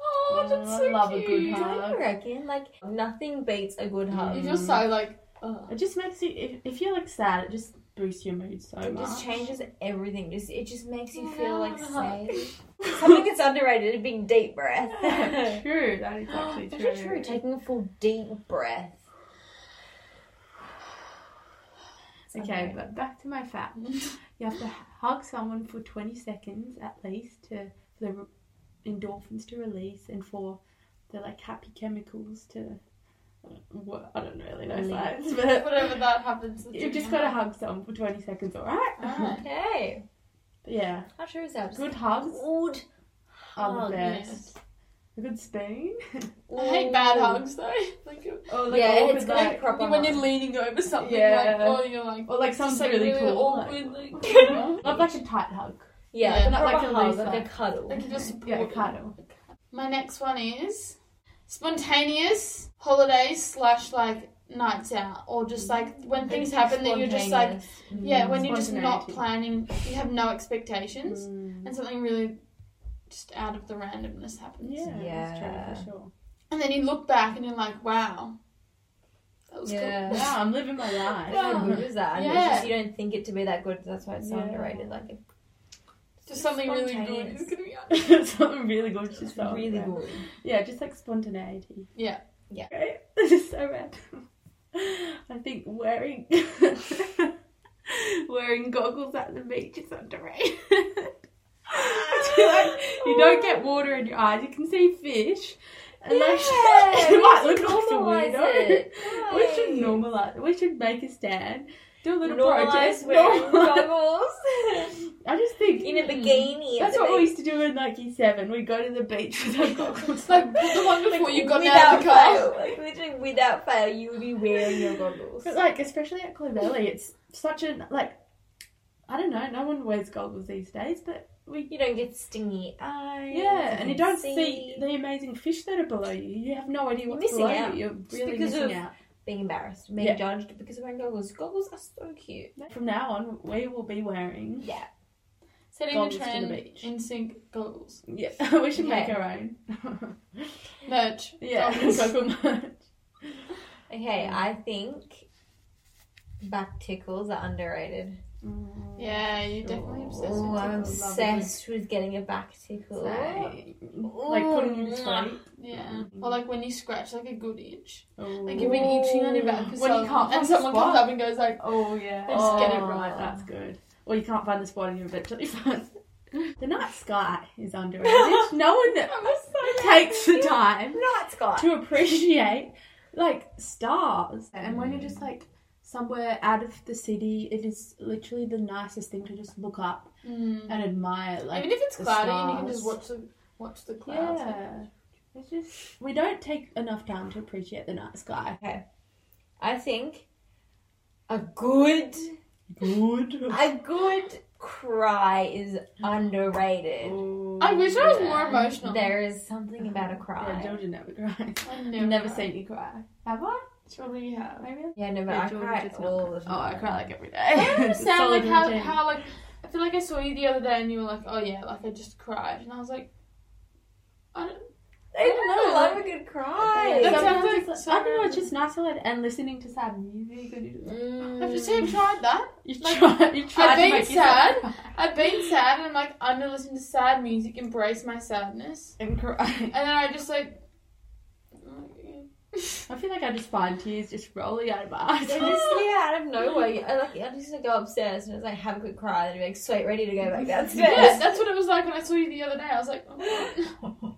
Speaker 2: Oh, that's
Speaker 3: I
Speaker 2: so
Speaker 3: love a
Speaker 2: cute.
Speaker 3: good hug.
Speaker 5: Don't you reckon? Like nothing beats a good hug.
Speaker 2: You feel so like, oh.
Speaker 3: It just makes you, if, if you're like sad, it just boosts your mood so
Speaker 5: It
Speaker 3: much.
Speaker 5: just changes everything. Just it just makes you
Speaker 2: Yeah,
Speaker 5: feel
Speaker 2: I
Speaker 5: like
Speaker 2: want a hug.
Speaker 5: safe. Something that's underrated is being deep breath. That's
Speaker 3: true, that is actually true.
Speaker 5: so true. Taking a full deep breath.
Speaker 3: Okay, but back to my fact. You have to hug someone for 20 seconds at least to for the re- endorphins to release and for the like happy chemicals to. What, I don't really know
Speaker 5: Release.
Speaker 3: science, but
Speaker 2: Whatever that happens. it's
Speaker 3: you've just
Speaker 2: okay. Ah,
Speaker 3: got to hug someone for 20 seconds, alright?
Speaker 2: Alright.
Speaker 5: Okay.
Speaker 3: Yeah,
Speaker 5: How true is that?
Speaker 3: good hugs
Speaker 5: Good
Speaker 3: are
Speaker 5: hug.
Speaker 3: the best.
Speaker 2: yes.
Speaker 3: A good spoon.
Speaker 2: I hate bad
Speaker 5: Ooh.
Speaker 2: hugs though. like,
Speaker 3: or
Speaker 5: Yeah,
Speaker 3: awkward,
Speaker 5: it's like
Speaker 3: Oh, like-
Speaker 5: proper
Speaker 2: when
Speaker 5: hug.
Speaker 2: you're leaning over something,
Speaker 3: Yeah.
Speaker 2: like, or you're like,
Speaker 3: Or like something
Speaker 2: just, like,
Speaker 3: really, cool.
Speaker 2: awkward,
Speaker 3: like-
Speaker 2: like,
Speaker 3: Not like a tight hug.
Speaker 5: Yeah,
Speaker 2: Yeah,
Speaker 5: not
Speaker 3: not
Speaker 5: like
Speaker 3: like
Speaker 5: a
Speaker 3: a
Speaker 5: hug,
Speaker 3: loose
Speaker 5: like a
Speaker 3: hug.
Speaker 5: cuddle.
Speaker 2: like you're just
Speaker 3: Yeah, a
Speaker 2: supporting.
Speaker 3: cuddle.
Speaker 2: My next one is spontaneous holidays slash like nights out or just like when things happen that you're just like yeah when you're just not planning you have no expectations and something really just out of the randomness happens
Speaker 3: Yeah,
Speaker 5: Yeah.
Speaker 3: That's true, for sure.
Speaker 2: and then you look back and you're like wow that was
Speaker 5: Yeah.
Speaker 2: cool
Speaker 3: Wow, I'm living my life.
Speaker 5: How good was that? And
Speaker 2: Yeah.
Speaker 5: It's just you don't think it to be that good. That's why it's so
Speaker 3: Yeah.
Speaker 5: underrated. Like it's
Speaker 2: just something really good
Speaker 5: Spontaneous.
Speaker 2: is gonna be out.
Speaker 3: Something really good. Just felt
Speaker 5: really
Speaker 3: bad.
Speaker 5: good.
Speaker 3: Yeah, just like spontaneity.
Speaker 2: Yeah.
Speaker 5: Yeah.
Speaker 3: Right? This is so random. I think wearing wearing goggles at the beach is underrated. I feel like you don't get water in your eyes. You can see fish. And like,
Speaker 5: Yeah,
Speaker 3: you
Speaker 5: we
Speaker 3: might look
Speaker 5: should
Speaker 3: like a
Speaker 5: normalise
Speaker 3: weirdo.
Speaker 5: it.
Speaker 3: We should
Speaker 5: Guys.
Speaker 3: normalize. We should make a stand. Do a little
Speaker 5: Normalise
Speaker 3: protest.
Speaker 5: wearing
Speaker 3: normalise.
Speaker 5: goggles
Speaker 3: I just think Hmm.
Speaker 5: in a bikini.
Speaker 3: that's
Speaker 5: at
Speaker 3: what
Speaker 5: the
Speaker 3: we used to do in like year seven. We go to the beach with our goggles.
Speaker 2: it's like the one before you got out
Speaker 5: without
Speaker 2: of the car
Speaker 5: fail, like literally without fail, you would be wearing your goggles.
Speaker 3: But like, especially at Clovelly, it's such an like, I don't know. No one wears goggles these days, but we
Speaker 5: You don't get stingy eyes.
Speaker 3: yeah, and you
Speaker 5: can
Speaker 3: don't see the amazing fish that are below you. You have no idea
Speaker 5: You're
Speaker 3: what's
Speaker 5: missing
Speaker 3: below
Speaker 5: out.
Speaker 3: you. You're really
Speaker 5: because
Speaker 3: missing
Speaker 5: of-
Speaker 3: out.
Speaker 5: being embarrassed, being
Speaker 3: Yeah.
Speaker 5: judged because we're wearing goggles. Goggles are so cute.
Speaker 3: From now on, we will be wearing.
Speaker 5: Yeah.
Speaker 2: setting
Speaker 3: Goggles
Speaker 2: a
Speaker 3: to the
Speaker 2: trend
Speaker 3: beach.
Speaker 2: in sync goggles
Speaker 3: Yeah, we should make
Speaker 5: Yeah.
Speaker 3: our own.
Speaker 2: merch
Speaker 3: yeah,
Speaker 2: Goggles.
Speaker 3: goggle merch.
Speaker 5: Okay,
Speaker 3: Um,
Speaker 5: I think back tickles are underrated.
Speaker 2: yeah you're definitely obsessed
Speaker 5: Oh,
Speaker 2: with
Speaker 5: I'm
Speaker 2: tickles.
Speaker 5: obsessed with getting a back tickle.
Speaker 3: So,
Speaker 5: Ooh,
Speaker 3: like putting them
Speaker 5: mwah.
Speaker 3: straight.
Speaker 2: yeah or like when you scratch like a good itch like
Speaker 3: Oh.
Speaker 2: you've been itching on your back for
Speaker 3: When
Speaker 2: so
Speaker 3: you can't
Speaker 2: long,
Speaker 3: find
Speaker 2: and
Speaker 3: the
Speaker 2: someone
Speaker 3: spot.
Speaker 2: comes up and goes like
Speaker 3: Oh yeah.
Speaker 2: They just get it
Speaker 5: right.
Speaker 3: That's good. Well, you can't find the spot and you eventually find it. The night sky is underrated. no one takes the time
Speaker 5: Not Scott.
Speaker 3: to appreciate like stars. And when you're just like somewhere out of the city, it is literally the nicest thing to just look up
Speaker 2: mm.
Speaker 3: and admire. Like
Speaker 2: even if it's
Speaker 3: the
Speaker 2: cloudy and you can just
Speaker 3: stars.
Speaker 2: watch the watch the clouds
Speaker 3: Yeah. It's just we don't take enough time to appreciate the night sky.
Speaker 5: I think a good
Speaker 3: Good.
Speaker 5: a good cry is underrated.
Speaker 2: I wish I was more emotional.
Speaker 5: There is something about a
Speaker 3: Yeah,
Speaker 5: cry.
Speaker 3: Georgia never cries.
Speaker 2: I've
Speaker 3: Never,
Speaker 2: never,
Speaker 3: never
Speaker 2: cried.
Speaker 3: seen you cry. Have I?
Speaker 2: Surely you have.
Speaker 3: Maybe.
Speaker 5: Yeah, no, but
Speaker 3: Yeah,
Speaker 5: I
Speaker 3: George
Speaker 5: cry
Speaker 3: does not
Speaker 5: all the time.
Speaker 3: Oh, I cry like every day.
Speaker 2: I don't
Speaker 3: It's a
Speaker 2: understand like
Speaker 3: solid
Speaker 2: how,
Speaker 3: routine.
Speaker 2: how like I feel like I saw you the other day and you were like, oh yeah, like I just cried, and I was like, I don't.
Speaker 5: I don't know. love a good cry.
Speaker 2: That
Speaker 3: Sometimes
Speaker 2: sounds like
Speaker 3: it's like-
Speaker 2: so
Speaker 3: I don't know. It's
Speaker 2: random.
Speaker 3: just nice to let and listening to sad music. and you-
Speaker 2: Have you seen
Speaker 3: Mm.
Speaker 2: tried that?
Speaker 3: You
Speaker 2: Like,
Speaker 3: try. You try
Speaker 2: I've
Speaker 3: to
Speaker 2: been
Speaker 3: make
Speaker 2: sad.
Speaker 3: yourself cry
Speaker 2: I've been sad and I'm like, I'm gonna listen to sad music, embrace my sadness,
Speaker 3: and cry.
Speaker 2: and then I just like.
Speaker 3: I feel like I just find tears just rolling out of my eyes.
Speaker 5: They just yeah, out of nowhere. You- I like I just like, go upstairs and it's like have a quick cry and be like sweet, ready to go back
Speaker 2: Yeah,
Speaker 5: downstairs.
Speaker 2: that's what it was like when I saw you the other day. I was like, oh, my God.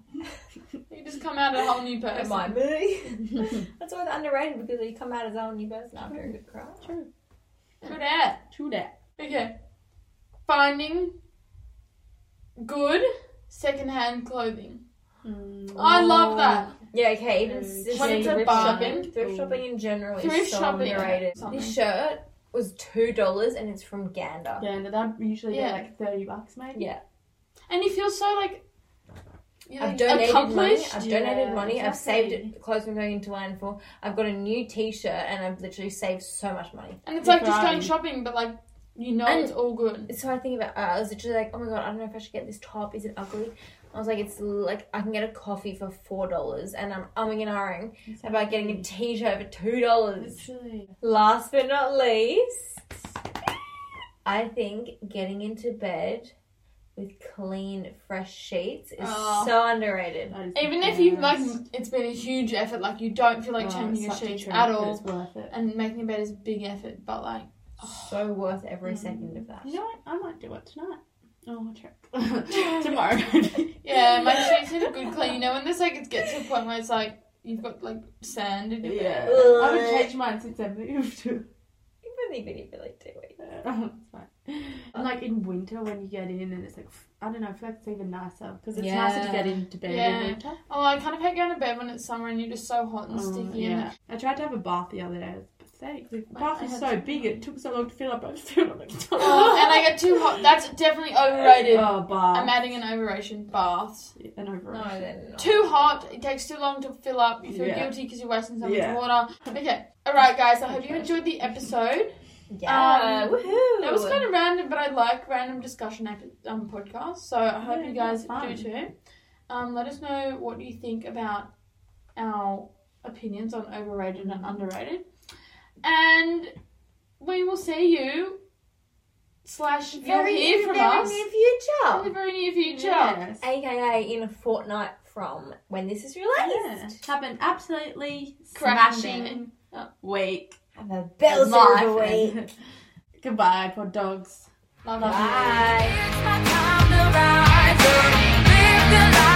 Speaker 2: you just come out a whole new
Speaker 5: It
Speaker 2: person.
Speaker 5: might be. that's why it's underrated because you come out as a whole new person after a good cry.
Speaker 2: Good at.
Speaker 3: True that.
Speaker 2: Okay. Finding good secondhand clothing. I love that.
Speaker 5: Yeah, okay. Even
Speaker 3: Mm,
Speaker 5: s-
Speaker 3: just
Speaker 5: when
Speaker 3: like
Speaker 5: it's a
Speaker 3: thrift
Speaker 5: bargain,
Speaker 2: shopping.
Speaker 5: thrift shopping in general is
Speaker 2: Thrift
Speaker 5: so
Speaker 2: shopping,
Speaker 5: underrated.
Speaker 2: something.
Speaker 5: This shirt was two dollars and it's from Gander.
Speaker 3: Yeah, and that'd usually
Speaker 2: Yeah.
Speaker 3: be like thirty bucks, maybe.
Speaker 5: Yeah.
Speaker 2: And you feel so like you're
Speaker 5: I've
Speaker 2: like,
Speaker 5: donated money.
Speaker 2: accomplished.
Speaker 5: I've
Speaker 3: Yeah,
Speaker 5: donated money. I've
Speaker 3: exactly.
Speaker 5: saved it. Clothes from going into landfill. I've got a new T-shirt, and I've literally saved so much money.
Speaker 2: And it's
Speaker 3: You're
Speaker 2: like just
Speaker 3: crying.
Speaker 2: going shopping, but like you know
Speaker 5: And-
Speaker 2: it's all good.
Speaker 5: So I think about. I was literally like, oh my god, I don't know if I should get this top. Is it ugly? I was like, it's l- like I can get a coffee for four dollars, and I'm umming and ahhing about getting a T-shirt for two dollars.
Speaker 3: Literally.
Speaker 5: Last but not least, I think getting into bed with clean, fresh sheets is
Speaker 2: Oh.
Speaker 5: so underrated.
Speaker 3: That is the
Speaker 2: Even if you like,
Speaker 3: best.
Speaker 2: it's been a huge effort. Like you don't feel like
Speaker 3: Oh,
Speaker 2: changing your
Speaker 3: such a
Speaker 2: sheets
Speaker 3: treat,
Speaker 2: at
Speaker 3: but
Speaker 2: all,
Speaker 3: It's worth it.
Speaker 2: and making a bed is a big effort. But like,
Speaker 5: So worth every
Speaker 2: Mm-hmm.
Speaker 5: second of that.
Speaker 3: You know what? I might do it tonight. Oh, I'll check. Tomorrow. maybe.
Speaker 2: yeah, my sheets had a good clean. You know, and this like it gets to a point where it's like you've got like sand in your bed.
Speaker 3: yeah. I haven't changed mine since I moved.
Speaker 5: You've only been here for like two weeks.
Speaker 3: It's fine. And like in winter when you get in and it's like f- I don't know, I feel like it's even nicer because it's nicer to
Speaker 5: Yeah.
Speaker 3: get into bed
Speaker 2: Yeah.
Speaker 3: in winter.
Speaker 2: Oh, I kind of hate going to bed when it's summer and you're just so hot and
Speaker 3: Oh,
Speaker 2: sticky.
Speaker 3: I tried to have a bath the other day. It's sake. The
Speaker 2: My-
Speaker 3: bath
Speaker 2: I
Speaker 3: is
Speaker 2: had
Speaker 3: so
Speaker 2: to-
Speaker 3: big, it took so long to fill up, I filled up like
Speaker 2: Oh, and I get too hot. That's definitely overrated.
Speaker 3: Oh, bath.
Speaker 2: I'm adding an overration bath.
Speaker 3: An
Speaker 5: No,
Speaker 3: overreaction.
Speaker 5: they're not.
Speaker 2: Too hot. It takes too long to fill up. You feel
Speaker 3: Yeah.
Speaker 2: guilty because you're wasting so much
Speaker 3: Yeah.
Speaker 2: water. Okay. All right, guys. I hope you enjoyed the episode.
Speaker 5: Yeah,
Speaker 2: Um,
Speaker 5: woohoo!
Speaker 2: That was kind of random, but I like random discussion ep- um, podcasts. So I hope
Speaker 3: Yeah,
Speaker 2: you guys
Speaker 3: that
Speaker 2: do
Speaker 3: was
Speaker 2: too. Um, let us know what you think about our opinions on overrated and underrated, and we will see you slash you'll
Speaker 5: very,
Speaker 2: hear from
Speaker 5: very
Speaker 2: us
Speaker 5: near
Speaker 2: in the
Speaker 5: future.
Speaker 2: very near future.
Speaker 3: Yes.
Speaker 5: AKA in a fortnight from when this is
Speaker 3: Yeah.
Speaker 5: released.
Speaker 3: Have an absolutely
Speaker 2: Crashing.
Speaker 3: smashing week.
Speaker 5: Have a bells of
Speaker 3: Life.
Speaker 5: the week.
Speaker 3: Goodbye, pod dogs.
Speaker 2: Love, love, love.
Speaker 5: Bye.
Speaker 4: It's my time to rise up, live the life.